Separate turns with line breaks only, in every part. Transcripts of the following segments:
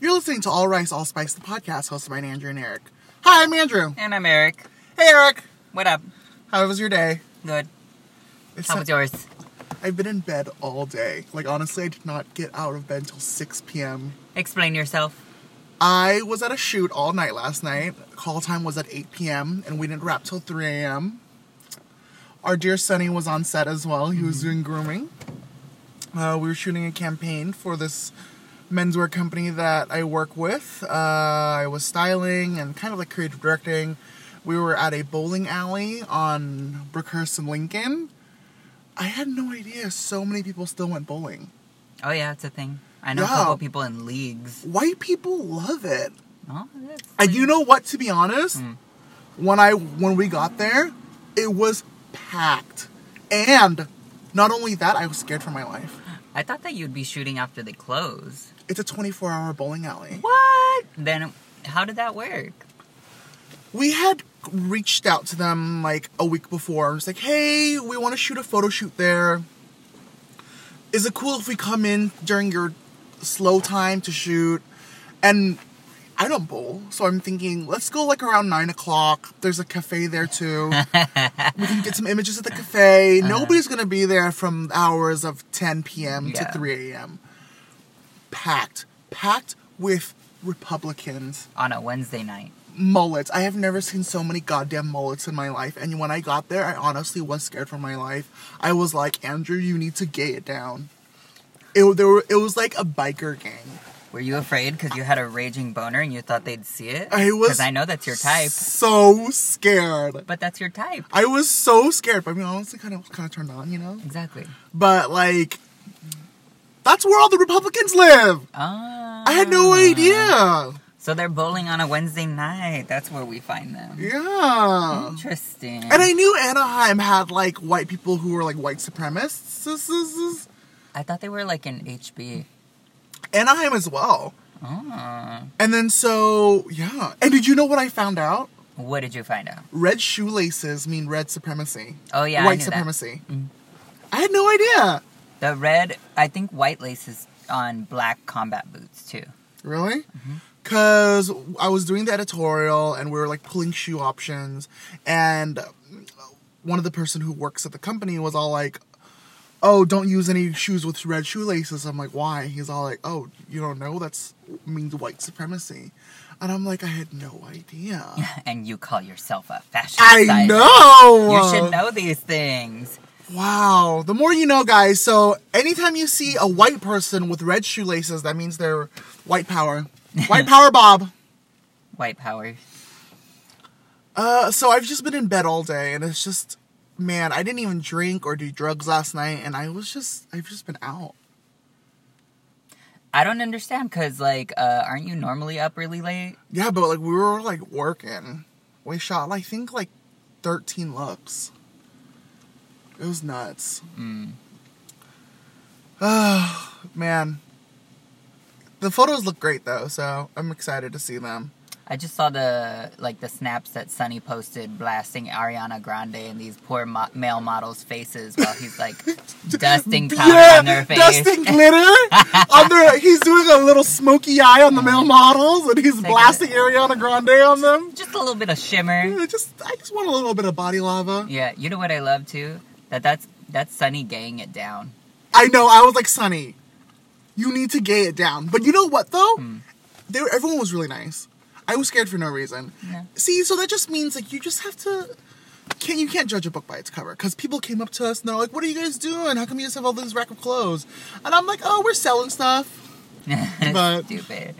You're listening to All Rice, All Spice, the podcast hosted by Andrew and Eric. Hi, I'm Andrew.
And I'm Eric.
Hey, Eric.
What up?
How was your day?
Good.
It's
How was yours?
I've been in bed all day. Like, honestly, I did not get out of bed till 6 p.m.
Explain yourself.
I was at a shoot all night last night. Call time was at 8 p.m., and we didn't wrap till 3 a.m. Our dear Sonny was on set as well. He was doing grooming. Uh, we were shooting a campaign for this menswear company that I work with. Uh, I was styling and kind of like creative directing. We were at a bowling alley on Brookhurst and Lincoln. I had no idea so many people still went bowling.
Oh yeah, it's a thing. I know
Yeah.
a couple people in leagues.
White people love it.
Oh, that's
And you know what? To be honest, when I when we got there, it was packed, and not only that, I was scared for my life.
I thought that you'd be shooting after they close.
It's a 24-hour bowling alley.
What? Then how did that work?
We had reached out to them like a week before. I was like, "Hey, we want to shoot a photo shoot there. Is it cool if we come in during your slow time to shoot?" And I don't bowl, so I'm thinking, let's go like around nine o'clock. There's a cafe there too. we can get some images at the cafe. Nobody's gonna be there from hours of 10 p.m.
Yeah.
to 3 a.m. Packed, packed with Republicans
On a Wednesday night.
mullets. I have never seen so many goddamn mullets in my life. And when I got there, I honestly was scared for my life. I was like, Andrew, you need to gay it down. It, there were, it was like a biker gang.
Were you afraid because you had a raging boner and you thought they'd see it?
I was
Because I know that's your type.
So scared.
But that's your type.
I was so scared, but I mean, honestly, kind of, kind of turned on, you know.
Exactly.
But like, that's where all the Republicans live.
Ah.
I had no idea.
So they're bowling on a Wednesday night. That's where we find them.
Yeah.
Interesting.
And I knew Anaheim had like white people who were like white supremacists.
I thought they were like in HB.
Anaheim as well.
Oh.
And then so yeah. And did you know what I found out?
What did you find out?
Red shoelaces mean red supremacy.
Oh yeah, I
white
knew
supremacy.
Mm.
I had no idea.
That. The red, I think white laces on black combat boots too.
Really?
Mm-hmm.
Because I was doing the editorial and we were like pulling shoe options, and one of the person who works at the company was all like, "Oh, don't use any shoes with red shoelaces." I'm like, "Why?" He's all like, "Oh, you don't know? That's means white supremacy," and I'm like, "I had no idea."
And you call yourself a fashion
I
stylist.
know.
You should know these things.
Wow, the more you know, guys. So anytime you see a white person with red shoelaces, that means they're white power. White power, Bob.
White power.
Uh, so I've just been in bed all day, and it's just, man, I didn't even drink or do drugs last night, and I was just, I've just been out.
I don't understand because, like, uh, aren't you normally up really late?
Yeah, but like we were like working. We shot, I think, like thirteen looks. It was nuts.
Mm.
Oh man. The photos look great though, so I'm excited to see them.
I just saw the like the snaps that Sonny posted blasting Ariana Grande and these poor mo- male models' faces while he's like dusting powder on their face.
dusting glitter on their. He's doing a little smoky eye on the male models, and he's
Take
blasting Ariana Grande on them.
Just a little bit of shimmer.
I just, I just want a little bit of body lava.
Yeah, you know what I love too? That that's that's Sunny gaying it down.
I know. I was like, Sonny, you need to gay it down. But you know what though?
Hmm.
They were, everyone was really nice. I was scared for no reason.
Yeah.
See, so that just means like you just have to. Can't, you can't judge a book by its cover because people came up to us and they're like, "What are you guys doing? How come you guys have all this rack of clothes?" And I'm like, "Oh, we're selling stuff." But-
Stupid.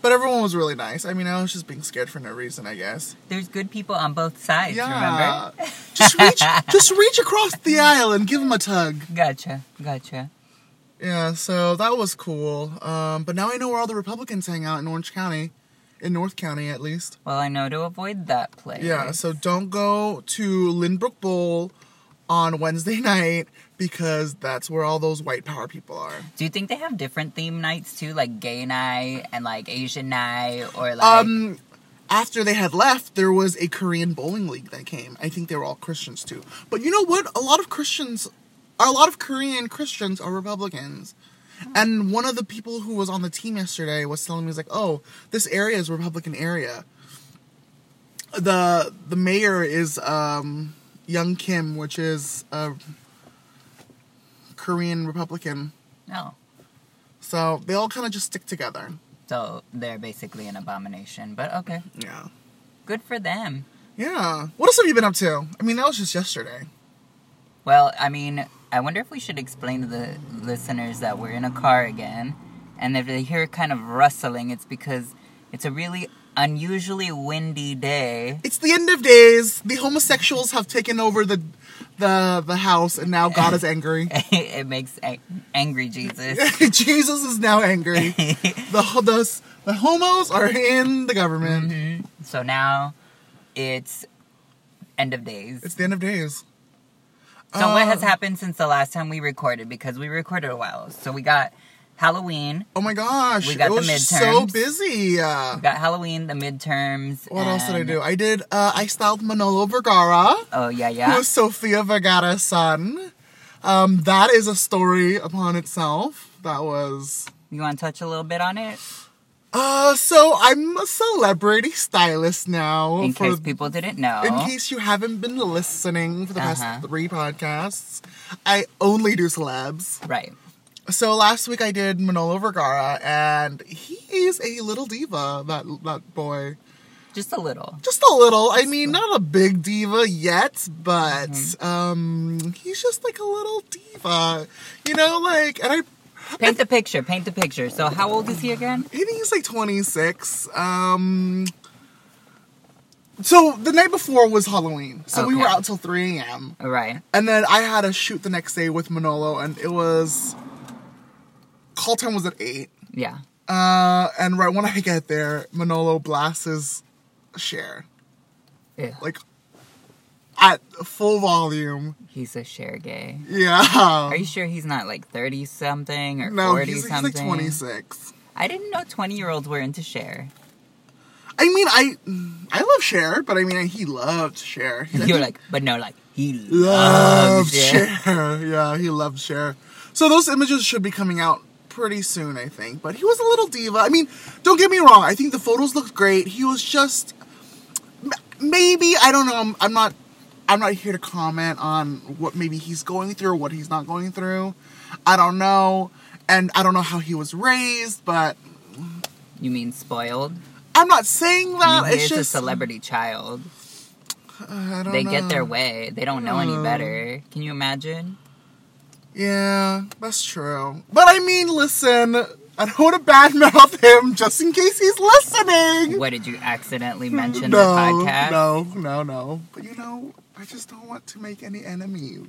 But everyone was really nice. I mean, I was just being scared for no reason, I guess.
There's good people on both sides. Remember?
just reach, just reach across the aisle and give them a tug.
Gotcha. Gotcha.
Yeah, so that was cool. Um, but now I know where all the Republicans hang out in Orange County, in North County at least.
Well, I know to avoid that place.
Yeah, so don't go to Lynbrook Bowl on Wednesday night because that's where all those white power people are.
Do you think they have different theme nights too, like gay night and like Asian night, or like?
Um, after they had left, there was a Korean bowling league that came. I think they were all Christians too. But you know what? A lot of Christians, a lot of Korean Christians are Republicans. And one of the people who was on the team yesterday was telling me, he's like, oh, this area is Republican area. The the mayor is um, Young Kim, which is a Korean Republican.
No.
So they all kind of just stick together.
So they're basically an abomination. But okay.
Yeah.
Good for them.
Yeah. What else have you been up to? I mean, that was just yesterday.
Well, I mean, I wonder if we should explain to the listeners that we're in a car again. And if they hear kind of rustling, it's because it's a really unusually windy day.
It's the end of days. The homosexuals have taken over the the the house, and now God is angry.
it makes a- angry Jesus.
Jesus is now angry. the, ho- the s- the homos are in the government.
Mm-hmm. so now it's end of days.
It's the end of days.
So
Uh,
what has happened since the last time we recorded? Because we recorded a while. So we got Halloween.
Oh my gosh!
We got
it was
the
just so
midterms.
busy. Uh,
We got Halloween, the midterms.
what else did I
and-
do? I did. Uh, I styled Manolo Vergara,
Oh yeah, yeah.
who's Sofia Vergara's son. Um, that is a story upon itself. That was
You want to touch a little bit on it
Uh, so I'm a celebrity stylist now.
in
for-
case people didn't know?
in case you haven't been listening for the
Uh-huh.
past three podcasts, I only do celebs.
right.
So last week I did Manolo Vergara, and he is a little diva. That that boy,
Just a little.
just a little. I mean, not a big diva yet, but
Mm-hmm.
um, he's just like a little diva. You know, like, and I,
Paint the picture. Paint the picture. So how old is he again?
I think he's like 26. Um, so the night before was Halloween. So we were
Okay.
out till 3 a.m.
Right.
And then I had a shoot the next day with Manolo, and it was. Call time was at 8.
Yeah.
Uh, and right when I get there, Manolo blasts his share.
Ew.
Like, at full volume.
He's a share gay.
Yeah.
Are you sure he's not like thirty something or
No,
forty
he's, he's
something?
like 26.
I didn't know twenty year olds were into share.
I mean, I I love Cher, but I mean, he loved Cher. He's- I
You're
think-
like, but no, like he
loved
loves
Cher.
it.
Yeah, he loved Cher. So those images should be coming out pretty soon, I think. But he was a little diva. I mean, don't get me wrong. I think the photos looked great. He was just m- maybe I don't know. I'm, I'm not. I'm not here to comment on what maybe he's going through or what he's not going through. I don't know, and I don't know how he was raised, but
You mean spoiled?
I'm not saying
I
that.
mean, he
it's
is a
just uh,
celebrity child.
I don't
They get
know.
their way. They don't know any
Mm.
better. Can you imagine?
Yeah, that's true. But I mean, listen, I don't want to badmouth him just in case he's listening.
What did you accidentally mention the
no,
podcast?
no, no, no. But you know, I just don't want to make any enemies.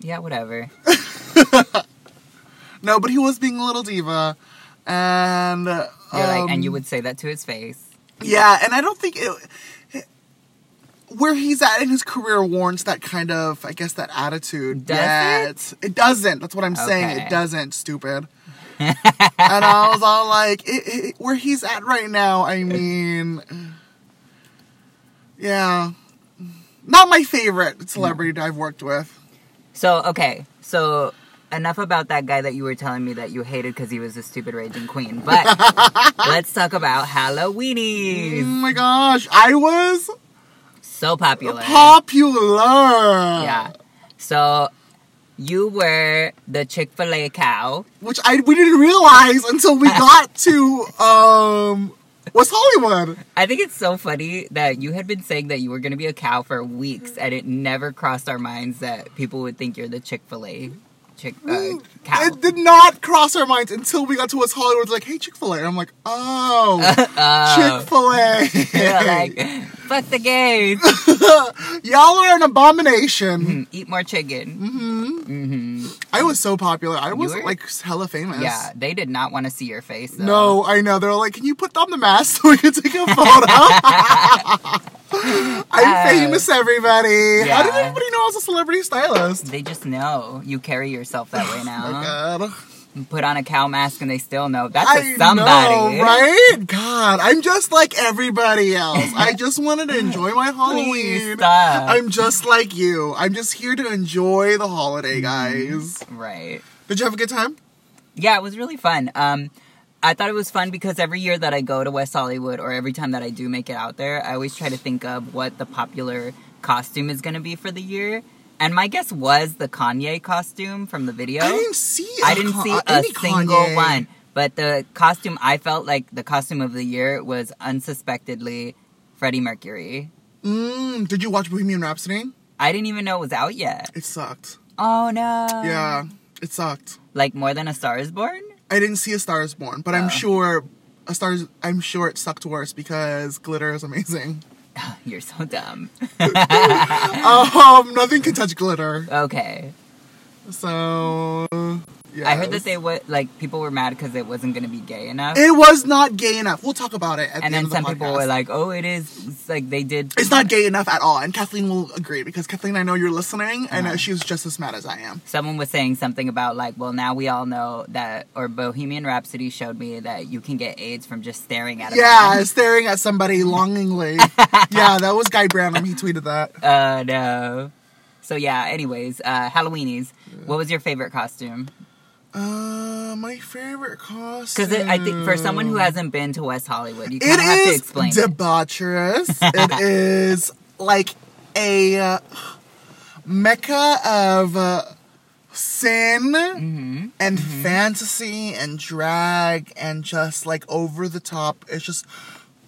Yeah, whatever.
No, but he was being a little diva, and you're
You're like, and
Um,
you would say that to his face.
yeah, and I don't think it. Where he's at in his career warrants that kind of, I guess, that attitude.
Does
yet. it? doesn't. That's what I'm saying.
Okay.
It doesn't, stupid. and I was all like, it, it- where he's at right now, I mean, yeah. Not my favorite celebrity I've worked with.
So okay, so enough about that guy that you were telling me that you hated because he was a stupid raging queen. But let's talk about
Oh
Halloweenies.
my gosh, I was
So popular.
popular.
Yeah. So you were the Chick Fil A cow.
which I we didn't realize until we got to um what's Hollywood.
I think it's so funny that you had been saying that you were going to be a cow for weeks, and it never crossed our minds that people would think you're the Chick Fil A chick uh, cow.
It did not cross our minds until we got to what's Hollywood. Like, hey, Chick Fil A. I'm like, oh, Chick Fil
You're
A.
like, fuck the gays, Mm,
Y'all are an abomination.
eat more chicken.
I was so popular. I was
were-
like hella famous.
Yeah, they did not want to see your face. Though.
No, I know. They're like, can you put on the mask so we can take a photo? I'm
Uh,
famous, everybody. How did
yeah.
everybody know I was a celebrity stylist?
They just know you carry yourself that way
Oh my
now.
God.
Put on a cow mask and they still know that's
I
a somebody,
know, right? God, I'm just like everybody else. I just wanted to enjoy my
Please
Halloween.
stop. Mm-hmm.
I'm just like you. I'm just here to enjoy the holiday, guys.
right.
Did you have a good time?
Yeah, it was really fun. Um, I thought it was fun because every year that I go to West Hollywood, or every time that I do make it out there, I always try to think of what the popular costume is going to be for the year. And my guess was the Kanye costume from the video.
I didn't see.
I
a
didn't
Ka-
see a
any
single
Kanye.
one. But the costume, I felt like the costume of the year was unsuspectedly Freddie Mercury.
Mm, did you watch Bohemian Rhapsody?
I didn't even know it was out yet.
It sucked.
Oh no.
yeah, it sucked.
Like more than a Star is Born?
I didn't see A Star Is Born, but
Oh.
I'm sure A Star is, I'm sure it sucked worse because glitter is amazing.
You're so dumb.
um, nothing can touch glitter.
okay.
So yeah,
I heard that they would like people were mad because it wasn't gonna be gay enough.
It was not gay enough. We'll talk about it. At
and
the
then
end
some
of the
people
podcast.
were like, "Oh, it is." It's like they did.
It's not gay enough at all, and Kathleen will agree because Kathleen, I know you're listening, and
Yeah.
uh, she's just as mad as I am.
Someone was saying something about like, "Well, now we all know that," or Bohemian Rhapsody showed me that you can get AIDS from just staring at a
Yeah,
man.
staring at somebody longingly. yeah, that was Guy Branum. He tweeted that.
Uh no. So yeah. Anyways, uh, Halloweenies. What was your favorite costume?
Uh, my favorite costume.
Because I think for someone who hasn't been to West Hollywood, you kind
It
of have to
is
explain. it.
debaucherous. it is like a uh, mecca of uh, sin
Mm-hmm.
and fantasy and drag and just like over the top. It's just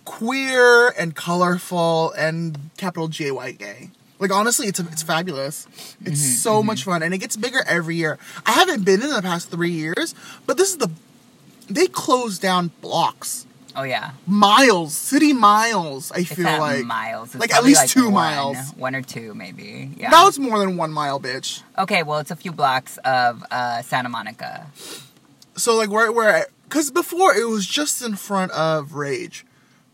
queer and colorful and capital J Y gay. Like honestly, it's it's fabulous. It's
Mm-hmm.
so much fun, and it gets bigger every year. I haven't been in the past three years, but this is the they closed down blocks
Oh yeah.
miles, city miles. I
It's
feel
not
like
miles. It's
like, at
probably,
least two
one-
miles.
one or two maybe. Yeah.
That was more than one mile, bitch.
okay, well, it's a few blocks of uh, Santa Monica.
So like where where because before it was just in front of Rage,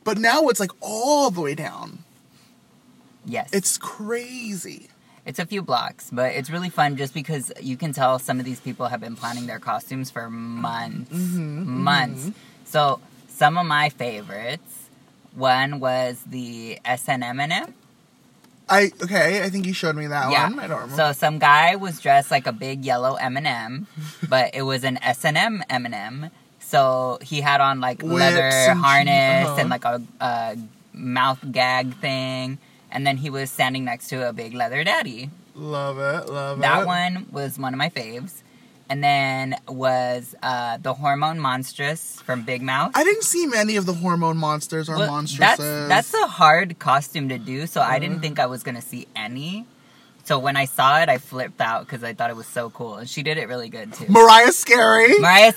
but now it's like all the way down.
Yes,
It's crazy.
it's a few blocks, but it's really fun just because you can tell some of these people have been planning their costumes for months,
Mm-hmm,
months. So some of my favorites. One was the SNM and M.
I okay. I think you showed me that one. Oh, I don't remember.
So some guy was dressed like a big yellow M&M, but it was an S&M M&M. So he had on like
Whips
leather
and-
harness
uh-huh.
and like a, a mouth gag thing. And then he was standing next to a big leather daddy.
love it. Love it.
That one was one of my faves. And then was uh, the hormone monstrous from Big Mouth.
I didn't see many of the hormone monsters or
Well,
monstresses.
That's that's a hard costume to do, so I didn't think I was gonna see any. So when I saw it, I flipped out because I thought it was so cool, and she did it really good too.
Mariah Scary.
Mariah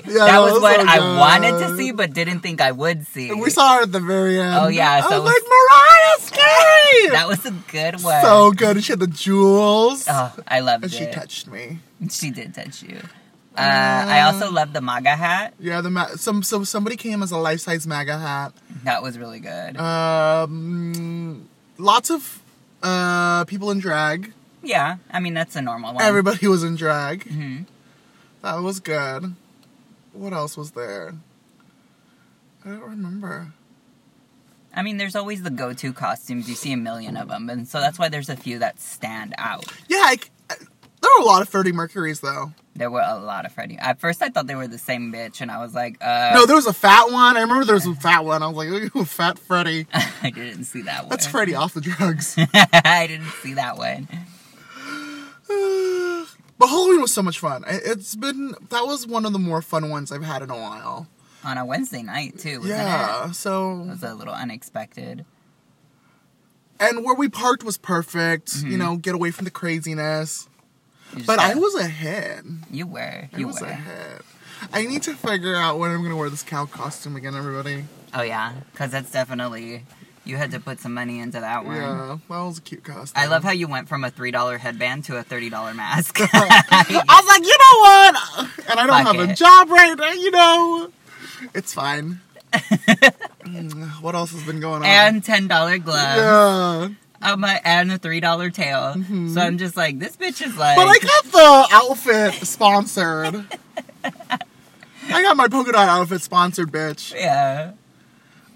that
that
was
was
what
so
I wanted to
good.
see, but didn't think I would see.
we saw her at the very end.
Oh, yeah,
I was
so it
like Mariah Scary.
that was a good one.
so good. She had the jewels.
oh, I loved
and she
it.
touched me.
She did touch you. Uh, I also loved the MAGA hat.
Yeah, the ma- some some somebody came as a life size MAGA hat.
That was really good.
Um, lots of uh people in drag.
yeah, I mean that's a normal one.
Everybody was in drag.
Mhm.
That was good. What else was there? I don't remember.
I mean, there's always the go-to costumes. You see a million of them, and so that's why there's a few that stand out.
Yeah, I, c- I- there were a lot of Freddie Mercury's though.
There were a lot of Freddie. At first, I thought they were the same bitch, and I was like, uh,
No, there was a fat one. I remember there was a fat one. I was like, ooh, fat Freddie.
I didn't see that one.
That's Freddie off the drugs.
I didn't see that one.
but Halloween was so much fun. I- It's been that was one of the more fun ones I've had in a while.
On a Wednesday night, too, wasn't it?
yeah.
It
So
was a little unexpected.
and where we parked was perfect. You know, get away from the craziness.
You Mm-hmm. just
But I
gotta-
was ahead.
You were.
I
You
was
were.
ahead. I need to figure out when I'm gonna wear this cow costume again, everybody.
Oh, yeah. Because that's definitely. You had to put some money into that one.
Yeah, that was a cute costume.
I love how you went from a $3 headband to a $30 mask.
I was like, you know what? And I don't
Fuck
have a
it.
job right now, you know. It's fine. Mm, what else has been going on?
and uh, $10 gloves.
yeah.
um, uh, and a three dollar tail. So I'm just like, this bitch is like,
Mm-hmm. But I got the outfit sponsored. I got my polka dot outfit sponsored, bitch.
yeah,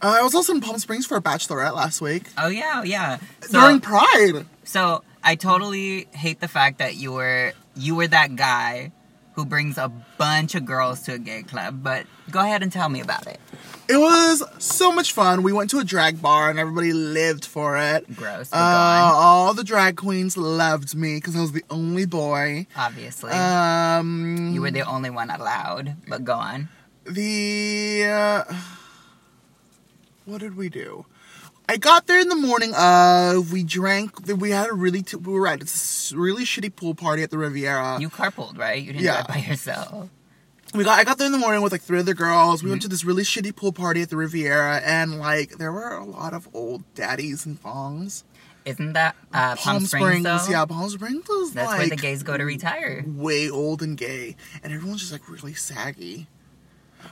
Uh, I was also in Palm Springs for a bachelorette last week
oh yeah, oh, yeah. So,
during Pride.
so I totally hate the fact that you were you were that guy. who who brings a bunch of girls to a gay club. But go ahead and tell me about it.
It was so much fun. We went to a drag bar and everybody lived for it.
Gross,
Uh,
but go on.
all the drag queens loved me because I was the only boy.
Obviously,
Um,
you were the only one allowed. But go on.
the uh, what did we do? I got there in the morning of. We drank. We had a really. T- we were at this really shitty pool party at the Riviera.
You carpooled, right? You didn't
Yeah.
do it by yourself.
we got I got there in the morning with like three other girls. We
Mm-hmm.
went to this really shitty pool party at the Riviera, and like there were a lot of old daddies and thongs.
Isn't that uh, Palm, Springs? though?
yeah, Palm Springs is
That's
like
where the gays go to retire.
way old and gay, and everyone's just like really saggy.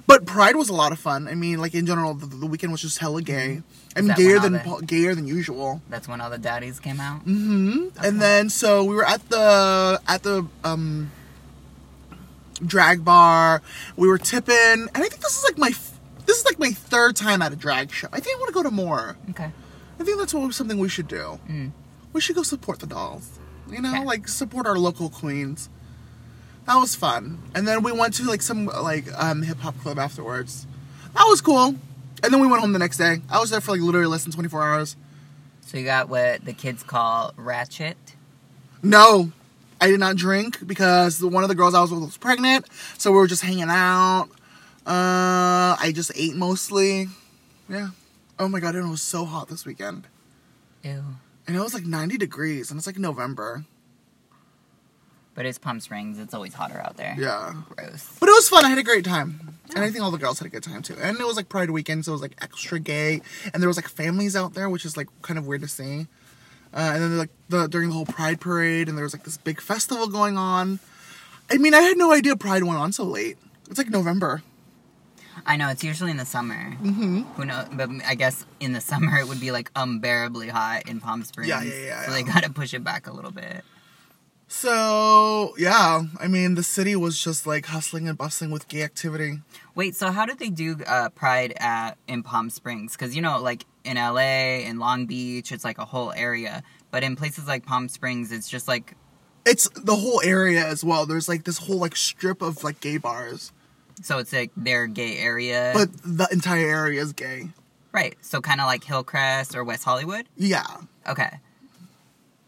But Pride was a lot of fun. I mean, like in general, the, the weekend was just hella gay. I mean,
that when
gayer
all
than
the-
pa- gayer than usual.
That's when all the daddies came out.
Mm. And then so we were at the at the um drag bar. We were tipping, and I think this is like my f- this is like my third time at a drag show. I think I want to go to more.
Okay.
I think that's what, something we should do. We should go support the dolls. You know,
Okay.
like support our local queens. That was fun. And then we went to like some like um hip hop club afterwards. That was cool. And then we went home the next day. I was there for like literally less than 24 hours.
So you got what the kids call ratchet.
No, I did not drink because the, one of the girls I was with was pregnant, so we were just hanging out. Uh, I just ate mostly. Yeah. Oh my god, and it was so hot this weekend,
Ew.
and it was like 90 degrees, and it's like November.
But it's Palm Springs. It's always hotter out there.
Yeah.
Gross.
But it was fun. I had a great time. And I think all the girls had a good time too. And it was like Pride weekend, so it was like extra gay. And there was like families out there, which is like kind of weird to see. Uh, and then like the during the whole Pride parade, and there was like this big festival going on. I mean, I had no idea Pride went on so late. It's like November.
I know it's usually in the summer. Mm-hmm. Who knows? But I guess in the summer it would be like unbearably hot in Palm Springs.
Yeah, yeah, yeah,
So they
yeah.
gotta push it back a little bit.
So yeah, I mean, the city was just like hustling and bustling with gay activity.
Wait, so how did they do uh, Pride at in Palm Springs? Because you know, like in LA, in Long Beach, it's like a whole area. But in places like Palm Springs, it's just like
It's the whole area as well. There's like this whole like strip of like gay bars,
so it's like their gay area.
but the entire area is gay.
right, so kind of like Hillcrest or West Hollywood.
Yeah.
Okay,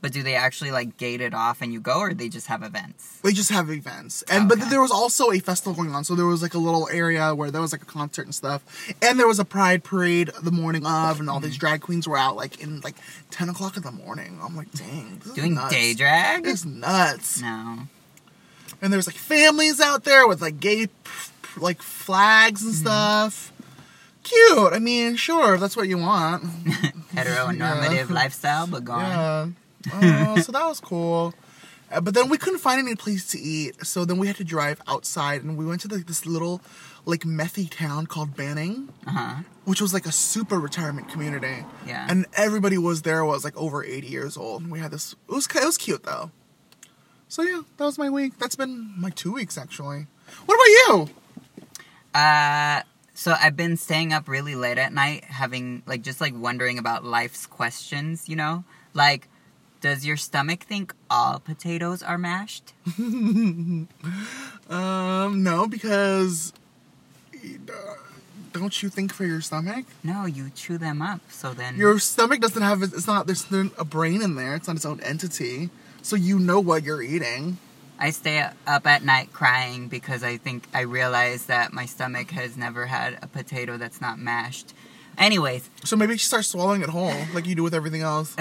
but do they actually like gate it off and you go, or they just have events?
They just have events, and but
Okay.
there was also a festival going on. So there was like a little area where there was like a concert and stuff, and there was a pride parade the morning of, and all these
Mm.
drag queens were out like in like ten o'clock in the morning. I'm like, dang, this is
Doing
nuts.
day drag?
It's nuts.
No.
And there's like families out there with like gay p- p- like flags
Mm-hmm.
and stuff. Cute. I mean, sure, if that's what you want.
Heteronormative lifestyle, but gone.
Yeah. Oh, so that was cool. Uh, But then we couldn't find any place to eat, so then we had to drive outside, and we went to like this little, like methy town called Banning,
Uh-huh.
which was like a super retirement community.
Yeah.
And everybody was there was like over eighty years old. And we had this. It was ki- it was cute though. So yeah, that was my week. That's been my two weeks actually. What about you?
Uh, so I've been staying up really late at night, having like just like wondering about life's questions. You know, like does your stomach think all potatoes are mashed?
Um, no, because uh, don't you think for your stomach?
No, you chew them up. So then
Your stomach doesn't have it's not there's not a brain in there. It's not its own entity. So you know what you're eating.
I stay up at night crying because I think I realize that my stomach has never had a potato that's not mashed. Anyways,
So maybe you should start swallowing it whole, like you do with everything else.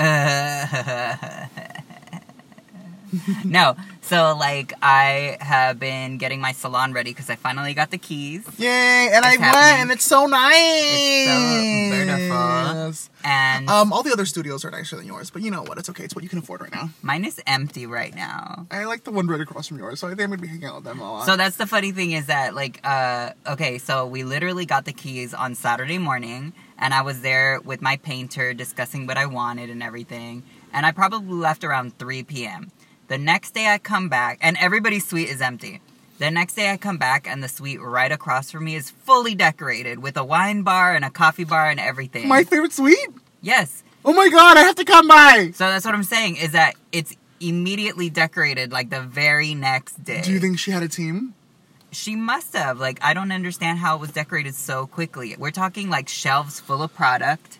no. So like I have been getting my salon ready because I finally got the keys.
Yay! And I
It's
went,
happening.
and it's so nice.
It's so beautiful. And
Um, all the other studios are nicer than yours, but you know what? It's okay. It's what you can afford right now.
mine is empty right now.
I like the one right across from yours, so I think I'm gonna be hanging out with them a lot.
So that's the funny thing is that like uh okay, so we literally got the keys on Saturday morning and I was there with my painter discussing what I wanted and everything. And I probably left around 3 p.m. The next day I come back and everybody's suite is empty. The next day I come back and the suite right across from me is fully decorated with a wine bar and a coffee bar and everything.
my favorite suite.
yes.
Oh my god! I have to come by.
So that's what I'm saying is that it's immediately decorated like the very next day.
Do you think she had a team?
she must have? Like I don't understand how it was decorated so quickly. We're talking like shelves full of product.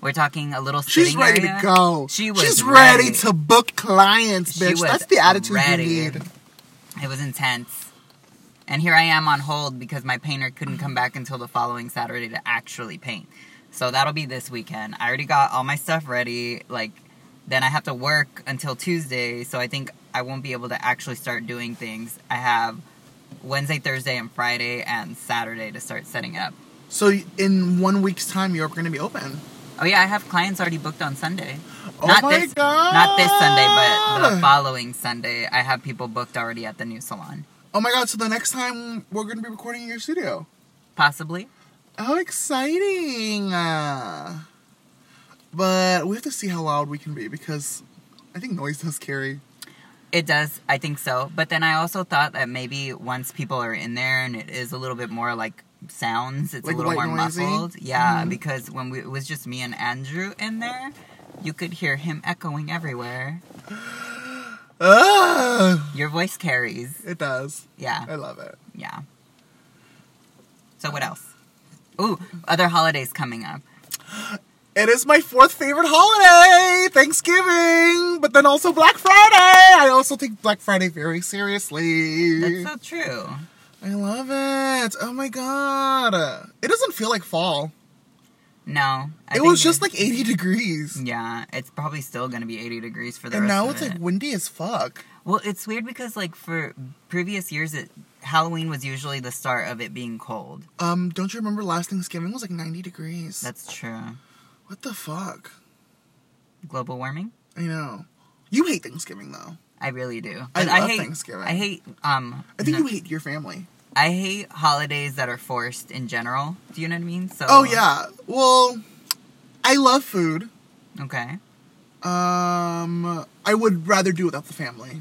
We're talking a little
She's
sitting
ready
area.
to go.
She was
She's
ready.
ready. to book clients,
She
bitch.
was
That's the attitude
ready.
you need.
It was intense. And here I am on hold because my painter couldn't come back until the following Saturday to actually paint. So that'll be this weekend. I already got all my stuff ready. Like, then I have to work until Tuesday, so I think I won't be able to actually start doing things. I have Wednesday, Thursday, and Friday, and Saturday to start setting up.
So in one week's time, you're going to be open.
Oh yeah, I have clients already booked on Sunday.
Oh
not
my
this,
God.
Not this Sunday, but the following Sunday. I have people booked already at the new salon.
Oh my god! So the next time we're going to be recording in your studio.
Possibly.
How exciting! Uh, but we have to see how loud we can be because I think noise does carry.
It does. I think so. But then I also thought that maybe once people are in there and it is a little bit more like sounds, it's
Like
a little
white
more
noisy? Mm-hmm.
muffled. Yeah, because when we, it was just me and Andrew in there, you could hear him echoing everywhere.
Ugh,
Your voice carries.
Ah! it does. I
Yeah,
love it.
yeah. So what else? Ooh, other holidays coming up.
It is my fourth favorite holiday, Thanksgiving, but then also Black Friday. I also take Black Friday very seriously. Mm.
That's so true.
I love it. Oh my god. It doesn't feel like fall.
No, I
it was
think
just like 80 degrees.
yeah. It's probably still gonna be eighty degrees for the
And
rest
now
of
it's
it.
like windy as fuck.
Well, it's weird because like for previous years, it Halloween was usually the start of it being cold.
Um, don't you remember last Thanksgiving was like 90 degrees?
That's true.
what the fuck?
Global warming.
I know. You hate Thanksgiving though.
I really do.
I
But
love
hate,
Thanksgiving.
I hate um.
I think
no-
you hate your family.
I hate holidays that are forced in general. Do you know what I mean? So.
Oh yeah. Well, I love food.
Okay.
Um, I would rather do without the family.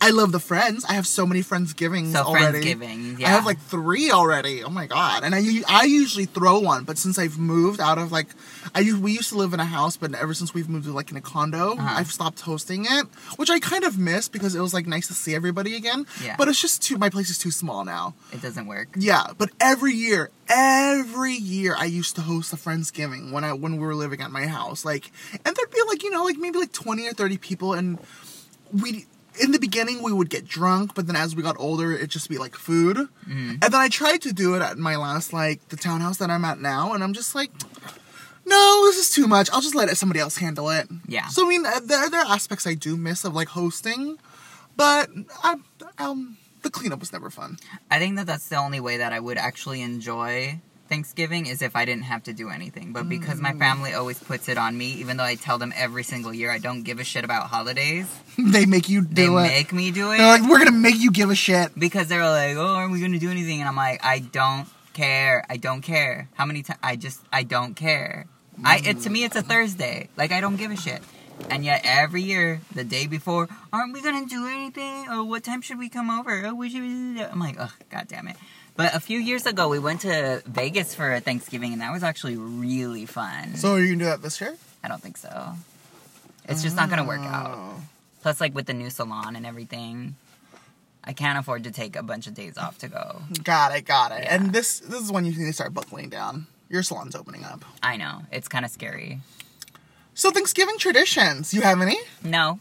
I love the friends. I have so many friendsgivings
So
already.
Friendsgiving. Yeah.
I have like three already. Oh my god! And I u- I usually throw one, but since I've moved out of like, I u- we used to live in a house, but ever since we've moved to like in a condo,
Uh-huh.
I've stopped hosting it, which I kind of miss because it was like nice to see everybody again.
Yeah.
But it's just too my place is too small now.
It doesn't work.
Yeah, but every year, every year I used to host a Friendsgiving when I when we were living at my house. Like and there'd be like, you know, like maybe like 20 or 30 people and we in the beginning we would get drunk, but then as we got older it'd just be like food. And then I tried to do it at my last like the townhouse that I'm at now and I'm just like no, this is too much. I'll just let it, somebody else handle it.
Yeah.
So I mean, uh, there, there are aspects I do miss of like hosting, but I, um, the cleanup was never fun.
I think that that's the only way that I would actually enjoy Thanksgiving is if I didn't have to do anything. But because my family always puts it on me, even though I tell them every single year I don't give a shit about holidays,
they make you
they
do it.
make me do it
They're like, we're gonna make you give a shit.
because they're like, "Oh, are we gonna do anything?" And I'm like, "I don't care. I don't care. How many times? I just I don't care. I it to me it's a Thursday. Like I don't give a shit." And yet every year, the day before, aren't we gonna do anything? Oh, what time should we come over? Oh, we should. I'm like, oh, god damn it. But a few years ago, we went to Vegas for Thanksgiving, and that was actually really fun.
So are you gonna do that this year?
I don't think so. It's just not gonna work out.
Oh.
Plus, like with the new salon and everything, I can't afford to take a bunch of days off to go.
Got it, got it.
Yeah.
And this this is when you need to start buckling down. Your salon's opening up.
I know it's kind of scary.
So Thanksgiving traditions. You have any?
No,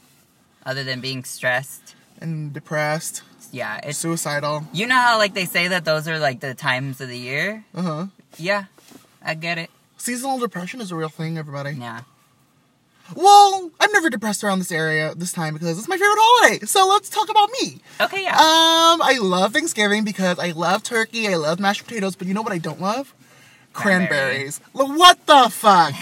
other than being stressed.
And depressed,
Yeah, it's
suicidal.
you know how like they say that those are like the times of the year.
Uh huh.
Yeah, I get it.
Seasonal depression is a real thing, everybody.
Yeah,
Well, I'm never depressed around this area this time because it's my favorite holiday. So let's talk about me.
okay, yeah.
Um, I love Thanksgiving because I love turkey, I love mashed potatoes, but you know what I don't love?
Cranberry.
Cranberries. Like, What the fuck?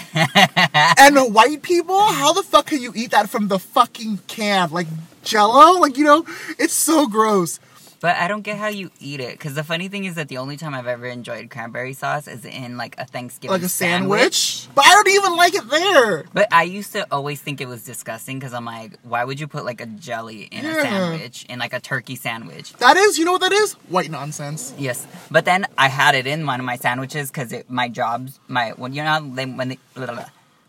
and the white people, how the fuck can you eat that from the fucking can? Like jello? Like, you know, it's so gross.
but I don't get how you eat it because the funny thing is that the only time I've ever enjoyed cranberry sauce is in like a Thanksgiving
Like a sandwich. But I don't even like it there.
But I used to always think it was disgusting because I'm like, why would you put like a jelly in a
Yeah.
sandwich, in like a turkey sandwich?
That is, you know what that is? White nonsense.
Yes, but then I had it in one of my sandwiches because my job's my when you know how they, when they, blah, blah, blah.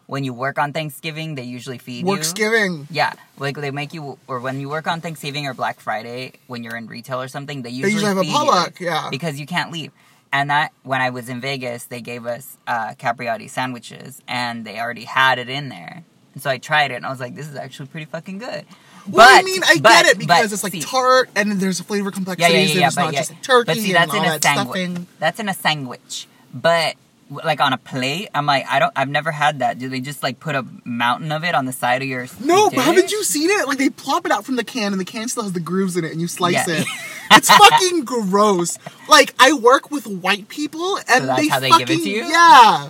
when you work on Thanksgiving, they usually feed you.
Worksgiving.
Yeah, like they make you, or when you work on Thanksgiving or Black Friday, when you're in retail or something, they
They
usually,
usually have a
feed
potluck.
you
Yeah.
because you can't leave. And that when I was in Vegas, they gave us uh, capriotti sandwiches, and they already had it in there. And so I tried it, and I was like, "This is actually pretty fucking good."
Well, I mean, I
but-
get it
but,
because it's like
see,
tart and there's flavor
yeah,
complexities
yeah, yeah,
and
yeah,
it's
but
not
yeah.
just like turkey
but see, that's
and all
in a
that
sandwich.
stuffing.
That's in a sandwich, but w- like on a plate, I'm like, I don't, I've never had that. Do they just like put a mountain of it on the side of your?
No, but
dish?
haven't you seen it? Like they plop it out from the can, and the can still has the grooves in it, and you slice
Yeah.
it. It's fucking gross. Like I work with white people, and
that's
they
how they
fucking
give it to you?
yeah.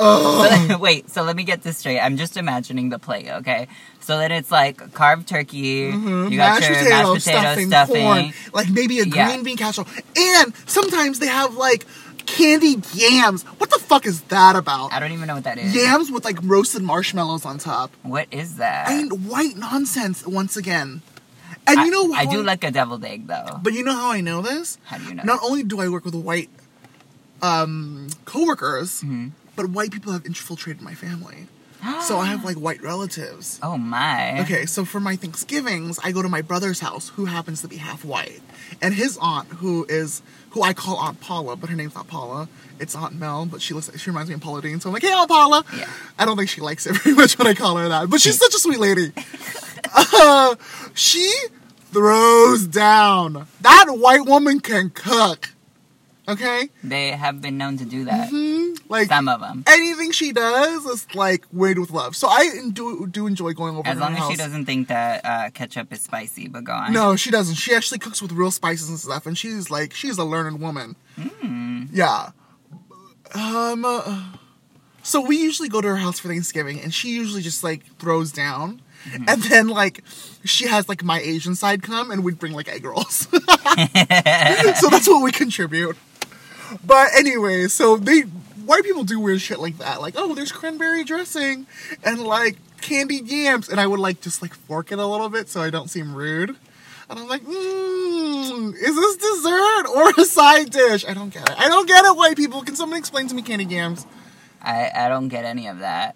Wait, so let me get this straight. I'm just imagining the plate, okay? So then it's like carved turkey, you got
Mm-hmm. mashed
your
potato,
mashed potato
stuffing,
stuffing.
corn, like maybe a
Yeah.
green bean casserole, and sometimes they have like candied yams. What the fuck is that about?
I don't even know what that is.
Yams with like roasted marshmallows on top.
What is that?
I mean, white nonsense once again. And
I-
you know
I,
how
do like a deviled egg though.
But you know how I know this?
How do you know?
Not only do I work with white um, coworkers,
Mm-hmm.
but white people have infiltrated my family. so I have like white relatives.
Oh my.
Okay, so for my Thanksgivings, I go to my brother's house, who happens to be half white, and his aunt, who is who I call Aunt Paula, but her name's not Paula. It's Aunt Mel, but she looks she reminds me of Paula Dean. So I'm like, hey, Aunt Paula.
Yeah.
I don't think she likes it very much when I call her that, but she's such a sweet lady. Uh, she throws down. That white woman can cook. Okay,
They have been known to do that.
Mm-hmm. like
Some of them.
anything she does is like weighed with love. So I do do enjoy going over
As
to
long
her
as
house.
she doesn't think that uh, ketchup is spicy, but go on.
No, she doesn't. She actually cooks with real spices and stuff, and she's like, she's a learned woman. Yeah. Um. uh, so we usually go to her house for Thanksgiving, and she usually just like throws down, and then like she has like my Asian side come, and we'd bring like egg rolls. so that's what we contribute. But anyway, so they white people do weird shit like that, like oh, there's cranberry dressing and like candied yams, and I would like just like fork it a little bit so I don't seem rude. And I'm like, mm, is this dessert or a side dish? I don't get it. I don't get it, white people. Can someone explain to me candied yams?
I, I don't get any of that.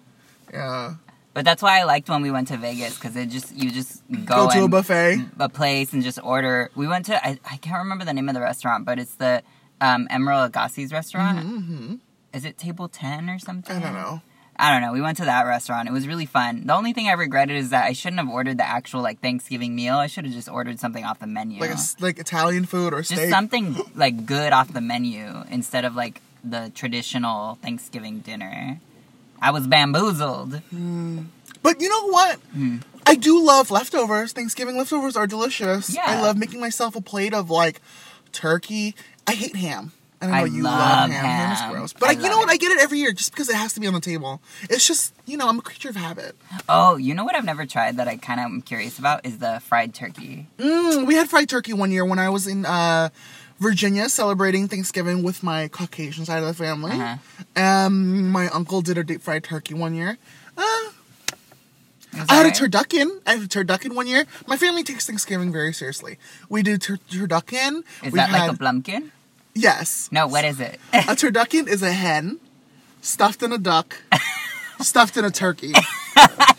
Yeah.
But that's why I liked when we went to Vegas because it just you just go,
Go to a
and-
buffet.
a place and just order. We went to I, I can't remember the name of the restaurant, but it's the um, Emerald Agassiz restaurant. Is it Table Ten or something?
Mm-hmm. I don't know.
I don't know. We went to that restaurant. It was really fun. The only thing I regretted is that I shouldn't have ordered the actual like Thanksgiving meal. I should have just ordered something off the menu.
Like a s like Italian food or
just
steak.
something like good off the menu instead of like the traditional Thanksgiving dinner. I was bamboozled.
But you know what?
Hmm.
I do love leftovers. Thanksgiving leftovers are delicious.
Yeah.
I love making myself a plate of like turkey. I hate ham. I know
I
you
love
love ham. Ham is
ham.
gross. But
I
I you
love
know what?
it.
I get it every year just because it has to be on the table. It's just, you know, I'm a creature of habit.
Oh, you know what I've never tried that I kind of am curious about is the fried turkey.
Mm, we had fried turkey one year when I was in uh, Virginia celebrating Thanksgiving with my Caucasian side of the family.
Uh-huh.
Um, my uncle did a deep fried turkey one year. Uh, I
Is that
had a
right?
turducken. I had a turducken one year. My family takes Thanksgiving very seriously. We do tur- turducken.
Is
We've
that
had-
like a plumpkin?
Yes.
No, what is it?
A turducken is a hen stuffed in a duck, stuffed in a turkey.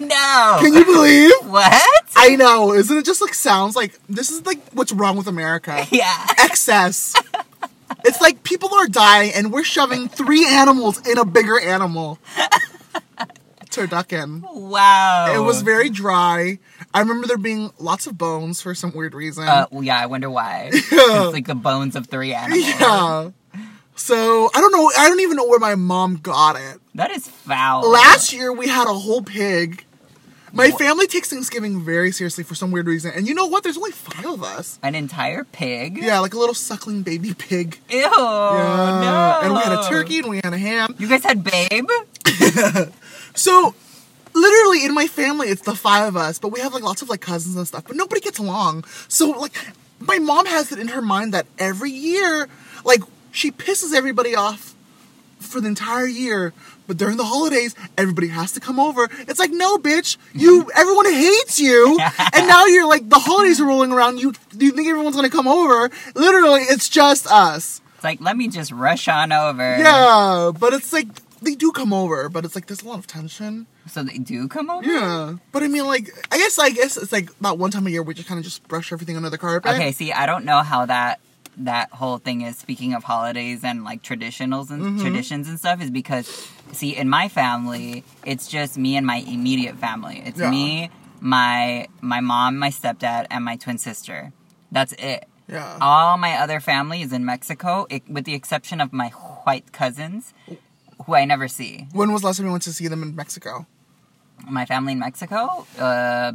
no.
Can you believe?
What?
I know. Isn't it just like sounds like this is like what's wrong with America?
Yeah.
Excess. It's like people are dying and we're shoving three animals in a bigger animal. Turducken.
Wow.
It was very dry. I remember there being lots of bones for some weird reason.
Uh, well, yeah, I wonder why. It's like the bones of three animals.
yeah. So I don't know. I don't even know where my mom got it.
That is foul.
Last year we had a whole pig. My family takes Thanksgiving very seriously for some weird reason. And you know what? There's only five of us.
An entire pig?
Yeah, like a little suckling baby pig.
Ew.
Yeah.
Oh, No.
And we had a turkey and we had a ham.
You guys had babe?
So literally in my family it's the five of us, but we have like lots of like cousins and stuff, but nobody gets along. So like my mom has it in her mind that every year, like she pisses everybody off for the entire year, but during the holidays, everybody has to come over. It's like, no, bitch, you everyone hates you, and now you're like the holidays are rolling around. You you think everyone's gonna come over? Literally, it's just us.
It's like, let me just rush on over.
Yeah, but it's like they do come over, but it's like there's a lot of tension.
So they do come over?
Yeah, but I mean, like, I guess, I guess it's like that one time a year we just kind of just brush everything under the carpet.
Okay, see, I don't know how that that whole thing is speaking of holidays and like traditionals and traditions and stuff is because see in my family it's just me and my immediate family it's
Yeah.
me my my mom my stepdad and my twin sister that's it
Yeah.
all my other family is in mexico it, with the exception of my white cousins who i never see
when was the last time you went to see them in Mexico?
my family in Mexico, uh,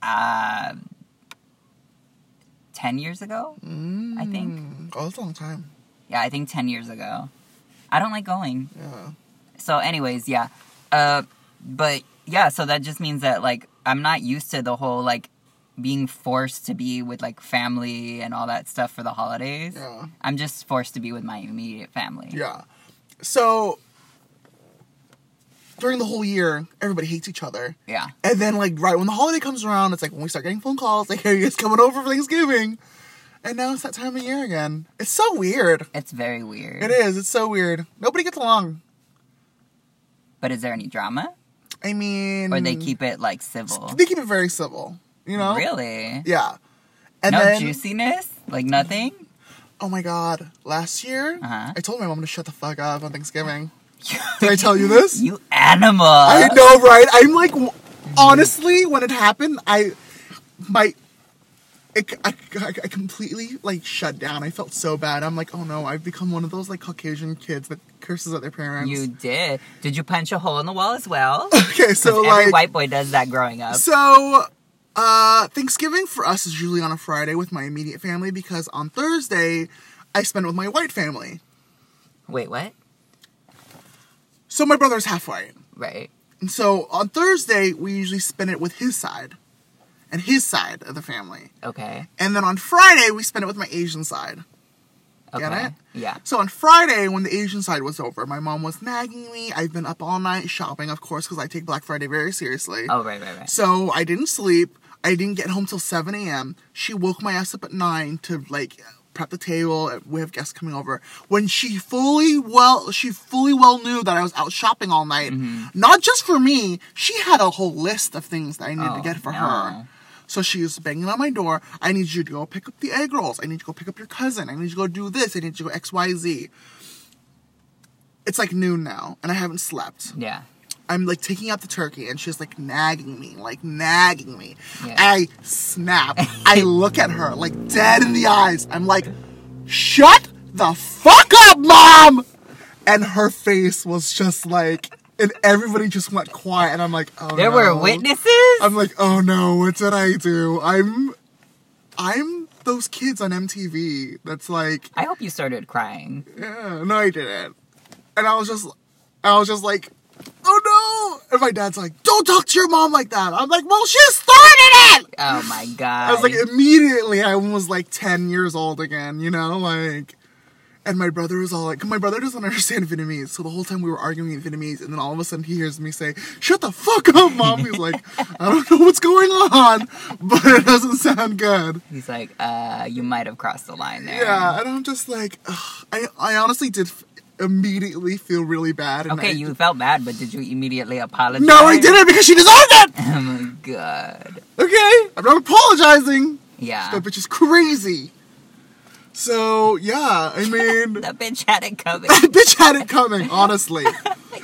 uh, 10 years ago, I think.
Mm, Oh, that's a long time.
Yeah, I think 10 years ago. I don't like going.
Yeah.
So, anyways, yeah. Uh, but yeah, so that just means that, like, I'm not used to the whole, like, being forced to be with, like, family and all that stuff for the holidays.
Yeah.
I'm just forced to be with my immediate family.
Yeah. So during the whole year, everybody hates each other.
Yeah.
And then, like, right when the holiday comes around, it's like when we start getting phone calls, like, hey, you guys coming over for Thanksgiving? And now it's that time of year again. It's so weird.
It's very weird.
It is. It's so weird. Nobody gets along.
But is there any drama?
I mean,
Or they keep it, like, civil?
they keep it very civil. Mm. You know?
Really?
Yeah. And
no
then,
juiciness? Like nothing?
oh my god, last year
Uh-huh.
I told my mom to shut the fuck up on Thanksgiving. Did I tell you this?
You animal.
I know, right? I'm like, w- honestly, when it happened, I, my, it, I, I, I completely like shut down. I felt so bad. I'm like, oh no, I've become one of those like Caucasian kids that curses at their parents.
You did. Did you punch a hole in the wall as well?
okay, so
Every
like,
white boy does that growing up.
so, uh, Thanksgiving for us is usually on a Friday with my immediate family because on Thursday, I spend it with my white family.
Wait, what?
So my brother's half white.
Right.
And so on Thursday, we usually spend it with his side and his side of the family.
Okay.
And then on Friday, we spent it with my Asian side.
Okay.
Get it?
Yeah.
So on Friday, when the Asian side was over, my mom was nagging me. I've been up all night shopping, of course, because I take Black Friday very seriously.
Oh, right, right, right.
So I didn't sleep. I didn't get home till 7 a.m. She woke my ass up at 9 to like prep the table. We have guests coming over. When she fully well, she fully well knew that I was out shopping all night.
Mm-hmm.
Not just for me. She had a whole list of things that I needed to
Oh,
get for
no.
her. So she was banging on my door. I need you to go pick up the egg rolls. I need to go pick up your cousin. I need you to go do this. I need you to go X, Y, Z. It's like noon now, and I haven't slept.
Yeah.
I'm like taking out the turkey and she's like nagging me, like nagging me.
Yeah.
I snap. I look at her like dead in the eyes. I'm like, shut the fuck up, mom! And her face was just like, and everybody just went quiet. And I'm like, oh
There
no.
were witnesses?
I'm like, oh no, what did I do? I'm, I'm those kids on MTV that's like,
I hope you started crying.
yeah, "Uh, no, I didn't. And I was just, I was just like, oh no. And my dad's like, don't talk to your mom like that. I'm like, well, she started it.
Oh my
I
god.
was like, immediately, I was like 10 years old again, you know, like. And my brother was all like, my brother doesn't understand Vietnamese. So the whole time we were arguing in Vietnamese, and then all of a sudden he hears me say, shut the fuck up, mom. He's like, I don't know what's going on, but it doesn't sound good.
He's like, uh, you might have crossed the line there.
Yeah, and I'm just like, ugh, I I honestly did f- immediately feel really bad. And
Okay,
I-
you felt bad, but did you immediately apologize?
No, I didn't because she deserved it.
Oh my god.
Okay, I'm not apologizing.
Yeah.
That bitch is crazy. So yeah, I mean, that
That bitch had it coming.
bitch had it coming, honestly.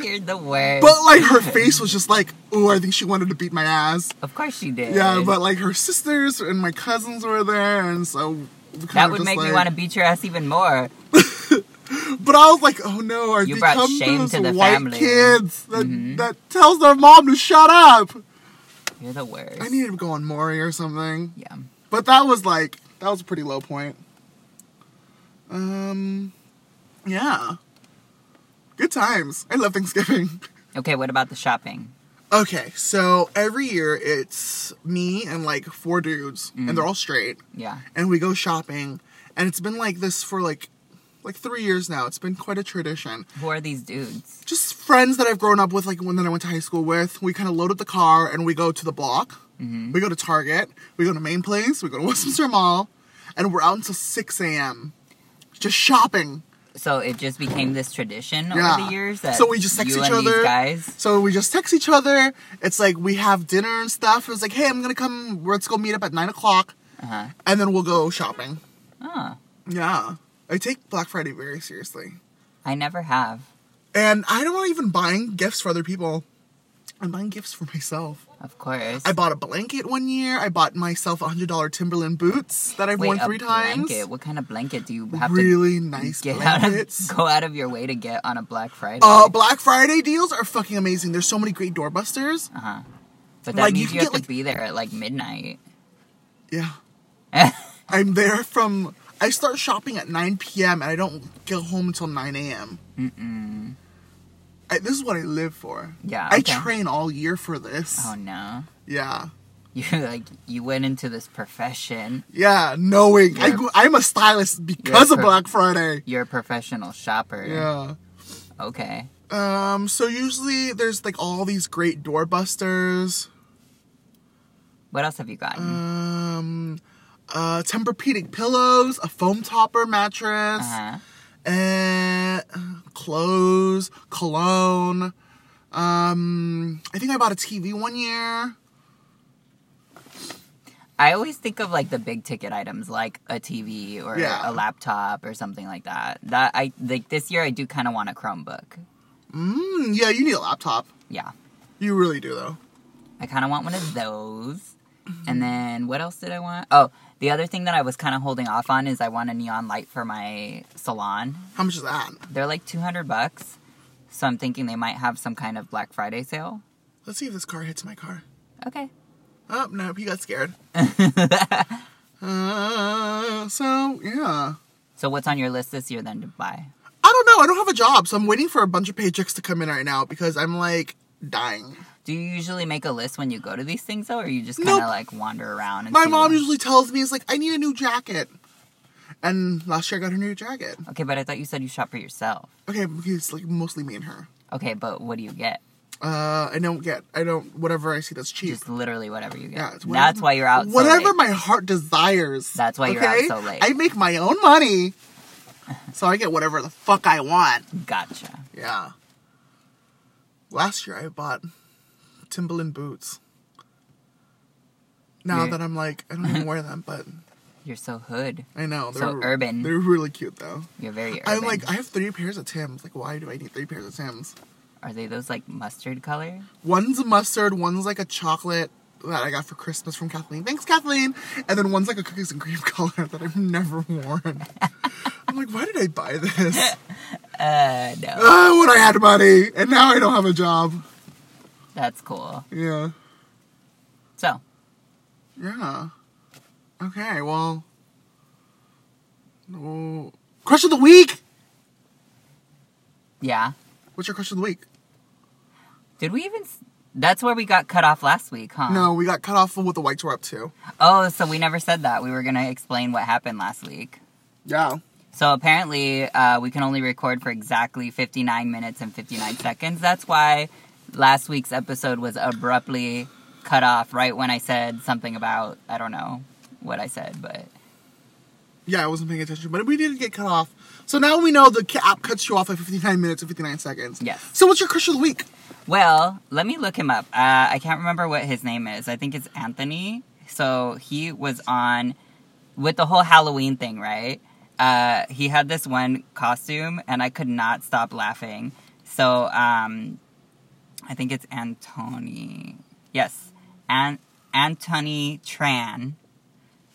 You're the worst.
But like her face was just like, oh, I think she wanted to beat my ass.
of course she did.
Yeah, but like her sisters and my cousins were there, and so we kind
That
of
would
just,
make
like-
me want to beat your ass even more.
But I was like, oh no, I've
You brought
become
shame
those
to the
white
family. Mm-hmm.
kids that, that tells their mom to shut up.
You're the worst.
I needed to go on Maury or something.
yeah.
But that was like, that was a pretty low point. Um, yeah. Good times. I love Thanksgiving.
Okay, what about the shopping?
Okay, so every year it's me and like four dudes, and they're
Mm.
all straight.
Yeah.
and we go shopping and it's been like this for like like three years now it's been quite a tradition
Who are these dudes?
just friends that i've grown up with like one that i went to high school with we kind of load up the car and we go to the block we go to target we go to main place we go to westminster mall and we're out until 6 a.m just shopping
so it just became this tradition over
Yeah.
the years that
So we just text
you
each
and these
other.
guys.
So we just text each other. It's like we have dinner and stuff. It was like, hey, I'm gonna come. Let's go meet up at nine o'clock,
Uh-huh.
and then we'll go shopping.
Oh,
Yeah, I take Black Friday very seriously,
I never have.
and I don't even buying gifts for other people. I'm buying gifts for myself.
Of course.
I bought a blanket one year. I bought myself a hundred dollar Timberland boots that I've
Wait,
worn
a
three times.
Blanket. What kind of blanket do you have
really
to
nice
get
blankets.
out of? Go out of your way to get on a Black Friday.
Uh, Black Friday deals are fucking amazing. There's so many great doorbusters.
Uh huh. But that
like, you
means
can
you, have
get,
to
like-
be there at like midnight.
Yeah. I'm there from. I start shopping at 9 p.m. and I don't get home until 9 a.m.
Mm-mm.
I, this is what I live for.
Yeah,
I
okay.
train all year for this.
Oh no.
Yeah.
You like you went into this profession.
Yeah, knowing. I,
You're-
go- I'm a stylist because
You're
of
per-
Black Friday.
You're a professional shopper.
Yeah.
Okay.
Um, so usually there's like all these great doorbusters.
What else have you gotten?
Um, uh, Tempur-Pedic pillows, a foam topper mattress.
Uh-huh.
and clothes, cologne. Um, I think I bought a TV one year.
I always think of like the big ticket items, like a TV or
Yeah.
a laptop or something like that. That I like this year. I do kind of want a Chromebook.
Mm, yeah, you need a laptop.
Yeah,
You really do, though.
I kind of want one of those.
Mm-hmm.
And then what else did I want? Oh, the other thing that I was kind of holding off on is I want a neon light for my salon.
How much is that?
They're like two hundred bucks, so I'm thinking they might have some kind of Black Friday sale.
Let's see if this car hits my car.
Okay.
Oh no, he got scared. uh, so yeah,
So what's on your list this year then to buy?
I don't know. I don't have a job, so I'm waiting for a bunch of paychecks to come in right now because I'm like dying.
Do you usually make a list when you go to these things though, or you just kind of
Nope.
like wander around? And
My
see
mom
what-
usually tells me, "It's like I need a new jacket," and last year I got her new jacket.
Okay, but I thought you said you shop for yourself.
Okay, because it's like mostly me and her.
Okay, but what do you get?
Uh, I don't get. I don't. Whatever I see that's cheap.
Just literally whatever you get.
yeah, it's whatever-
That's why you're out. so
Whatever
late.
my heart desires.
That's why you're out so late.
I make my own money, so I get whatever the fuck I want.
Gotcha.
Yeah. Last year I bought Timberland boots. Now
Yeah.
that I'm like, I don't even wear them, but
You're so hood.
I know they're
So urban.
They're really cute though.
You're very. Urban.
I'm like, I have three pairs of Tims. Like, why do I need three pairs of Tims?
Are they those like mustard color?
One's a mustard, one's like a chocolate that I got for Christmas from Kathleen. Thanks, Kathleen. And then one's like a cookies and cream color that I've never worn. I'm like, why did I buy this?
Uh, no.
Oh, when I had money, and now I don't have a job.
That's cool.
Yeah.
So,
Yeah. Okay, well. Oh. Crush of the week!
yeah.
What's your crush of the week?
Did we even? s- That's where we got cut off last week, huh?
No, we got cut off with what the whites were up to.
Oh, so we never said that. We were gonna explain what happened last week.
Yeah.
So apparently, uh, we can only record for exactly 59 minutes and 59 seconds. That's why last week's episode was abruptly cut off right when I said something about, I don't know what I said, but
Yeah, I wasn't paying attention, but we did get cut off. So now we know the ca- app cuts you off at 59 minutes and 59 seconds.
Yes.
So what's your crush of the week?
Well, let me look him up. Uh, I can't remember what his name is. I think it's Anthony. So he was on with the whole Halloween thing, right? Uh, he had this one costume, and I could not stop laughing. So um, I think it's Antony. Yes, An- Antony Tran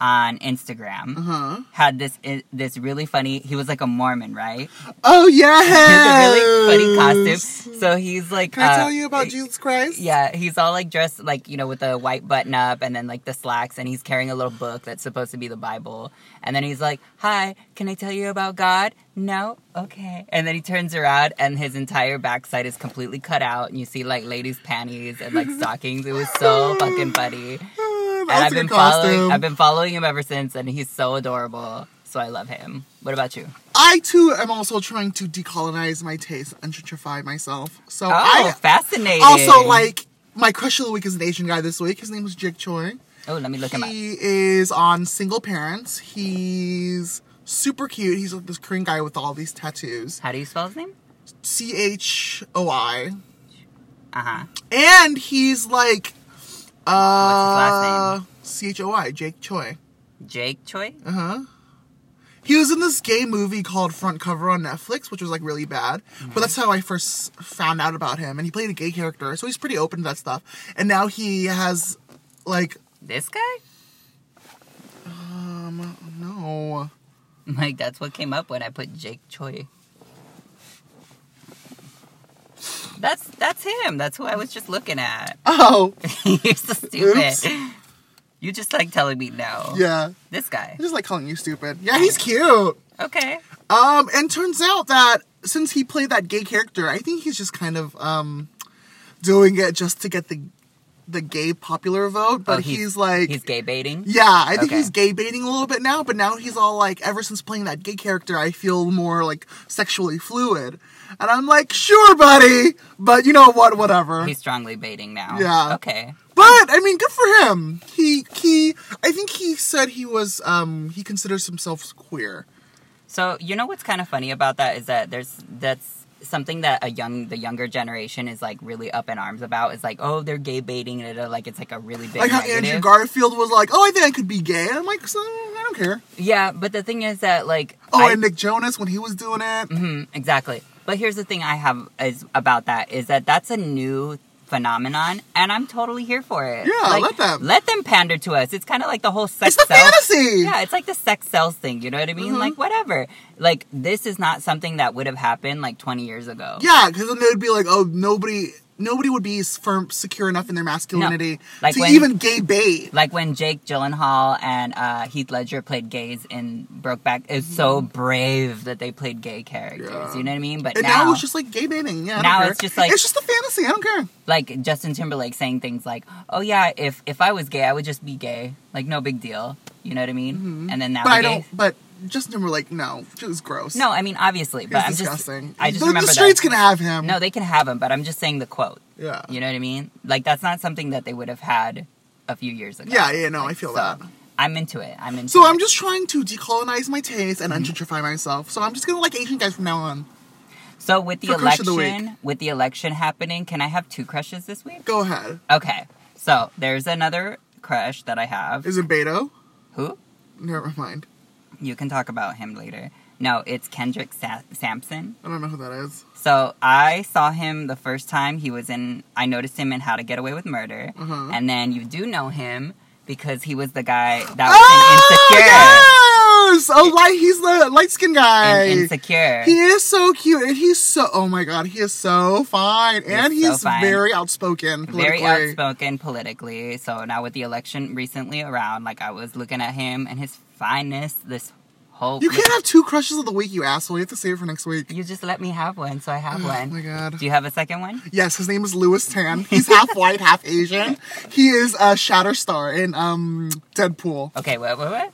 on Instagram
Uh-huh.
had this this really funny. He was like a Mormon, right?
Oh, yeah.
It's a really funny costume. So he's like,
Can I
uh,
tell you about Jesus Christ?
Yeah, he's all like dressed like you know with a white button up and then like the slacks, and he's carrying a little book that's supposed to be the Bible. And then he's like, "Hi, can I tell you about God?" No, okay. And then he turns around, and his entire backside is completely cut out, and you see like ladies' panties and like stockings. It was so fucking funny.
Ah,
And I've
that's a
been
good costume.
following, I've been following him ever since, and he's so adorable. So I love him. What about you?
I, too, am also trying to decolonize my taste and gentrify myself. So
Oh,
I
fascinating.
also, like, my crush of the week is an Asian guy this week. His name is Jake Choi.
Oh, let me look him up.
He is on Single Parents. He's super cute. He's like this Korean guy with all these tattoos.
How do you spell his name?
C H O I.
Uh huh.
And he's like
last
uh
name?
C H O I, Jake Choi.
Jake Choi.
Uh-huh. He was in this gay movie called Front Cover on Netflix, which was like really bad. But that's how I first found out about him. And he played a gay character, so he's pretty open to that stuff. And now he has like
This guy?
um no.
Like that's what came up when I put Jake Choi. That's that's him. That's who I was just looking at.
Oh
You're so stupid.
Oops.
You just like telling me no.
yeah.
This guy.
I just like calling you stupid. Yeah, he's cute.
Okay.
Um, and turns out that since he played that gay character, I think he's just kind of um doing it just to get the the gay popular vote. But
Oh,
he's, like
he's gay baiting.
Yeah, I think
Okay.
he's gay baiting a little bit now, but now he's all like, ever since playing that gay character, I feel more like sexually fluid. And I'm like, sure, buddy, but you know what, whatever.
He's strongly baiting now.
Yeah.
Okay.
But I mean, good for him. He he. I think he said he was. Um, he considers himself queer.
So you know what's kind of funny about that is that there's that's something that a young the younger generation is like really up in arms about is like oh they're gay baiting and like it's like a really big
like how
negative.
Andrew Garfield was like, "Oh, I think I could be gay," and I'm like, so, "I don't care."
yeah, but the thing is that like
Oh,
I-
and Nick Jonas when he was doing it.
Mhm, exactly. But here's the thing I have is about that is that that's a new phenomenon, and I'm totally here for it.
Yeah,
Like,
let them.
let them pander to us. It's kind of like the whole sex.
It's the
sells.
fantasy.
Yeah, it's like the sex sells thing. You know what I mean?
Mhm.
Like whatever. Like this is not something that would have happened like 20 years ago.
Yeah, because then they would be like, "Oh, nobody, nobody would be firm, secure enough in their masculinity
Like
to
when-
even gay bait."
Like when Jake Gyllenhaal and uh, Heath Ledger played gays in Brokeback, it's so brave that they played gay characters.
Mm-hmm. Yeah.
You know what I mean? But
And now, it's just like gay baiting. Yeah, I don't
Now
care.
it's just like-
it's just a fantasy. I don't care.
like Justin Timberlake saying things like, "Oh yeah, if if I was gay, I would just be gay. Like no big deal." You know what I mean? And then now
Mm-hmm. But I
the gay-
don't. But Justin Timberlake, no, just gross.
No, I mean obviously,
He's
but I'm
disgusting.
just I just
the,
remember
the streets
that.
can have him.
No, they can have him, but I'm just saying the quote.
yeah,
You know what I mean? Like that's not something that they would have had a few years ago.
yeah, yeah. No, I feel
so,
that.
I'm into it. I'm into
So
it.
I'm just trying to decolonize my taste
Mm-hmm.
and ungentrify myself. So I'm just gonna like Asian guys from now on.
So with the
for Crush of
election,
the
with the election happening, can I have two crushes this week?
Go ahead.
Okay. So there's another crush that I have.
Is it Beto?
Who?
Never mind.
You can talk about him later. No, it's Kendrick Sa- Sampson.
I don't know who that is.
So I saw him the first time he was in. I noticed him in How to Get Away with Murder,
Mhm.
and then you do know him because he was the guy that was
Oh, yes! Oh, light. He's the light skinned guy.
in Insecure.
Oh,
In Insecure.
He is so cute, and he's so. Oh my god, he is so fine, and
He's so
he's
fine.
very outspoken
very
politically.
outspoken politically. So now with the election recently around, like I was looking at him and his fineness. This whole
You can't have two crushes of the week, you asshole. You have to save it for next week.
You just let me have one, so I have
Oh my
one.
god.
Do you have a second one?
Yes, his name is Louis Tan. He's half white, half Asian. He is a Shatterstar in um Deadpool.
Okay, what, what, what?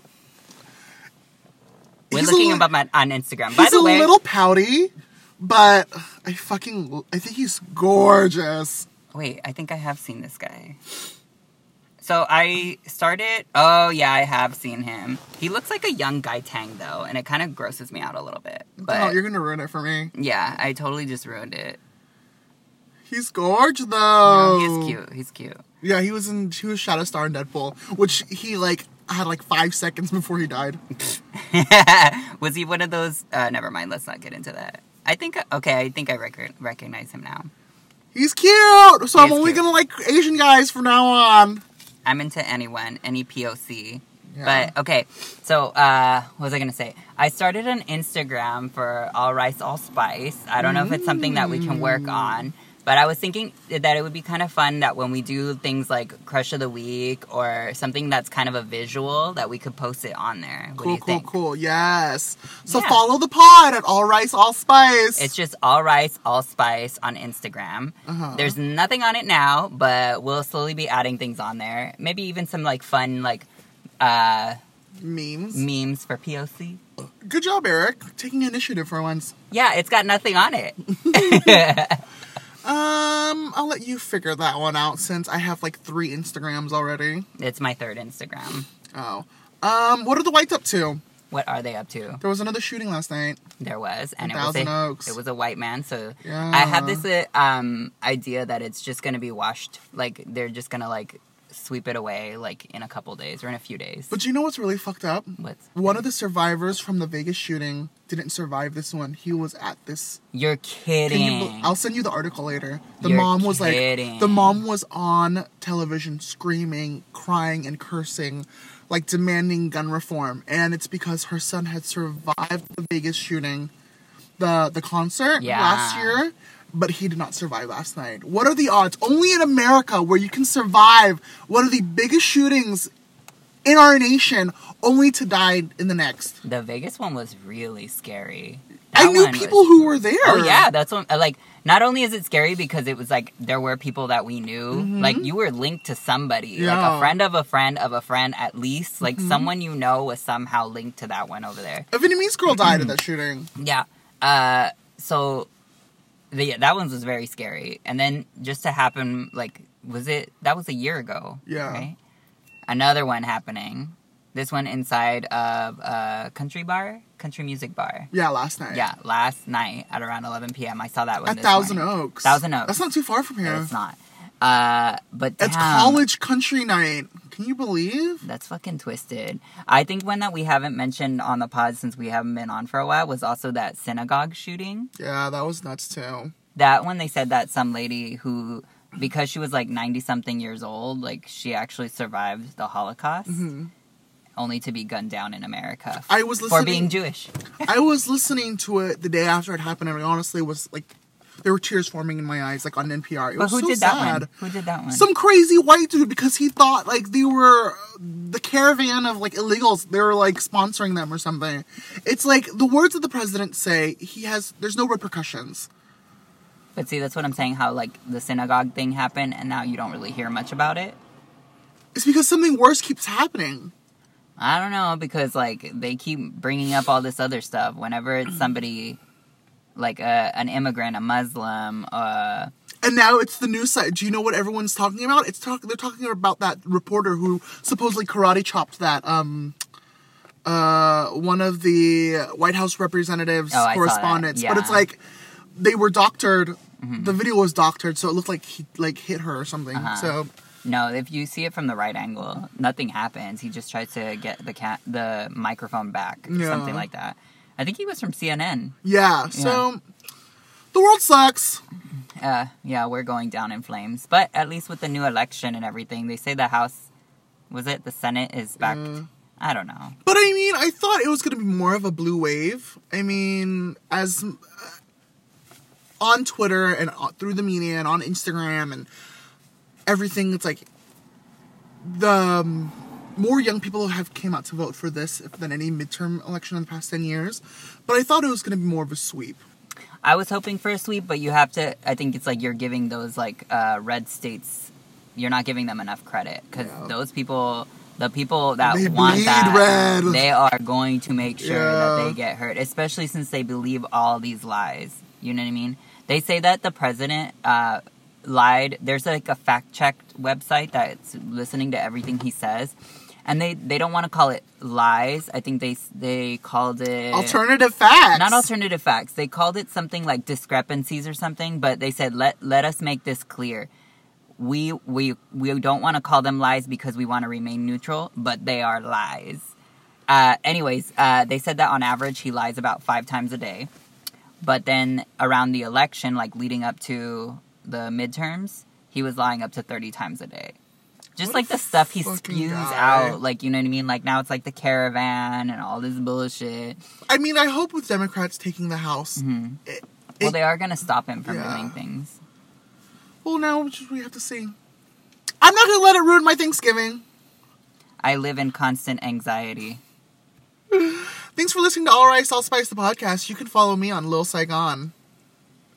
We're
He's a
looking
li-
him up on, on Instagram. By
He's
the
a
way,
little pouty, but I fucking I think he's gorgeous.
Wait, I think I have seen this guy. So I started. Oh yeah, I have seen him. He looks like a young guy Tang though, and it kind of grosses me out a little bit. But
oh, you're gonna ruin it for me.
yeah, I totally just ruined it.
He's gorgeous though.
No,
Oh.
he's cute. He's cute.
Yeah, he was in he was Shadow Star in Deadpool, which he like had like five seconds before he died.
Was he one of those? Uh, never mind. Let's not get into that. I think okay. I think I record, recognize him now.
He's cute, so
He
I'm
is
only
cute.
gonna like Asian guys from now on.
I'm into anyone, any POC.
Yeah.
But okay, so uh, what was I gonna say? I started an Instagram for all rice, all spice. I don't know if it's something that we can
Mm.
work on, but I was thinking that it would be kind of fun that when we do things like crush of the week or something that's kind of a visual, that we could post it on there. What do
Cool,
you
cool,
think?
cool. Yes. So
Yeah.
follow the pod at All Rice, All Spice.
It's just all rice, all spice on Instagram.
Uh-huh.
There's nothing on it now, but we'll slowly be adding things on there. Maybe even some like fun like uh,
memes.
memes for POC.
Good job, Eric, taking initiative for once.
Yeah, it's got nothing on it.
Um, I'll let you figure that one out since I have like three Instagrams already.
It's my third Instagram.
Oh. Um, what are the whites up to?
What are they up to?
There was another shooting last night.
There was, and
In
it was
Thousand
a
Oaks.
it was a white man. So
Yeah.
I had this uh, um idea that it's just gonna be washed. Like they're just gonna like sweep it away like in a couple days or in a few days.
But you know what's really fucked up?
What's
One of the survivors from the Vegas shooting didn't survive this one. He was at this.
You're
Can
kidding.
you bel- I'll send you the article later. The
You're
mom was
kidding.
like, the mom was on television screaming, crying, and cursing, like demanding gun reform. And it's because her son had survived the Vegas shooting, the the concert
Yeah.
last year, but he did not survive last night. What are the odds? Only in America where you can survive one of the biggest shootings in our nation, only to die in the next.
the Vegas one was really scary.
I
That
knew
one was-
people who were there.
Oh yeah, that's what like. Not only is it scary because it was like there were people that we knew, like you were linked to somebody, like
Mm-hmm.
a
Yeah. Mm-hmm.
friend of a friend of a friend at least, like someone you know was somehow linked to that one over there.
A Vietnamese girl died
Mm-hmm.
at that shooting.
Yeah. Uh, so, the, yeah, that one was very scary. And then just to happen, like, was it that was a year ago?
Yeah.
Another one happening. This one inside of a country bar, country music bar.
Yeah, last night.
Yeah, last night at around 11 p.m. I saw that one.
At
this
Thousand
morning.
Oaks.
Thousand Oaks.
That's not too far from here.
It's not. Uh, but
It's
damn,
college country night. Can you believe?
That's fucking twisted. I think one that we haven't mentioned on the pod since we haven't been on for a while was also that synagogue shooting.
Yeah, that was nuts too.
that one they said that some lady who because she was like 90 something years old like she actually survived the holocaust only to be gunned down in america
Mm-hmm. I was
for being
listening.
jewish
I was listening to it the day after it happened, and I honestly was like, there were tears forming in my eyes, like on NPR. It
but
was
who
so
did that
sad.
one who did that one
Some crazy white dude because he thought like they were the caravan of like illegals. They were like sponsoring them or something. It's like the words that the president say. He has there's no repercussions.
but see that's what i'm saying how like the synagogue thing happened and now you don't really hear much about it
It's because something worse keeps happening.
i don't know because like they keep bringing up all this other stuff whenever it's somebody like a, an immigrant a muslim uh
And now it's the news site. Do you know what everyone's talking about? It's talk. They're talking about that reporter who supposedly karate chopped that um, uh, one of the White House representatives'
Oh, I saw that.
correspondents. But it's
Yeah. Mm-hmm.
like they were doctored. The video was doctored, so it looked like he like hit her or something.
Uh-huh.
So
No, if you see it from the right angle, nothing happens. He just tries to get the cat the microphone back,
Yeah.
something like that. I think he was from CNN.
yeah. So the world sucks.
Uh, yeah, we're going down in flames. But at least with the new election and everything, they say the House was it the Senate is back. I don't know.
But I mean, I thought it was going to be more of a blue wave. I mean, as uh, on Twitter and uh, through the media and on Instagram and everything, it's like the um, more young people have came out to vote for this than any midterm election in the past ten years. But I thought it was going to be more of a sweep.
I was hoping for a sweep, but you have to. I think it's like you're giving those like uh, red states. You're not giving them enough credit because
Yeah.
those people, the people that
They
want
bleed
that,
red.
they are going to make sure that
Yeah.
they get hurt, especially since they believe all these lies. You know what I mean? They say that the president uh, lied. There's like a fact checked website that's listening to everything he says. And they, they don't want to call it lies. I think they s- they called it
Alternative facts.
not alternative facts. They called it something like discrepancies or something, but they said let let us make this clear. We we we don't want to call them lies because we want to remain neutral, but they are lies. Uh, anyways, uh, they said that on average he lies about five times a day, but then around the election, like leading up to the midterms, he was lying up to thirty times a day. Just
What
like
a
the stuff he
fucking
spews
guy.
out, like you know what I mean. Like now it's like the caravan and all this bullshit.
I mean, I hope with Democrats taking the House. It,
Well,
it-
they are going to stop him from
Yeah.
doing things.
well, now we just- we have to see. I'm not going to let it ruin my Thanksgiving.
I live in constant anxiety.
Thanks for listening to All Rice, All Spice, the podcast. You can follow me on Lil Saigon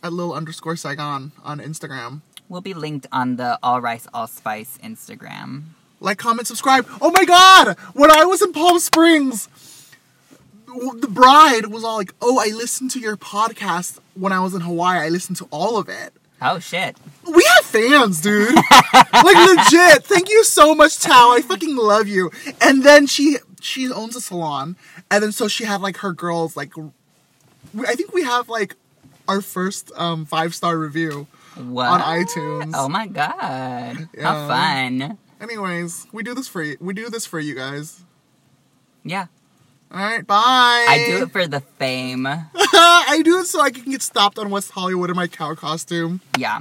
at Lil underscore Saigon on Instagram.
We'll be linked on the All Rice All Spice Instagram.
Like, comment, subscribe. Oh my god! When I was in Palm Springs, w- the bride was all like, Oh, I listened to your podcast when I was in Hawaii. I listened to all of it.
Oh shit!
We have fans, dude. like legit. Thank you so much, Tao. I fucking love you. And then she she owns a salon, and then so she had like her girls like. we- I think we have like our first um five star review.
What?
iTunes.
Oh my god. How
Yeah.
fun.
Anyways, we do this for you. We do this for you guys.
Yeah.
All right, bye.
I do it for the fame.
I do it so I can get stopped on West Hollywood in my cow costume.
Yeah.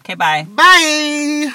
Okay, bye.
Bye.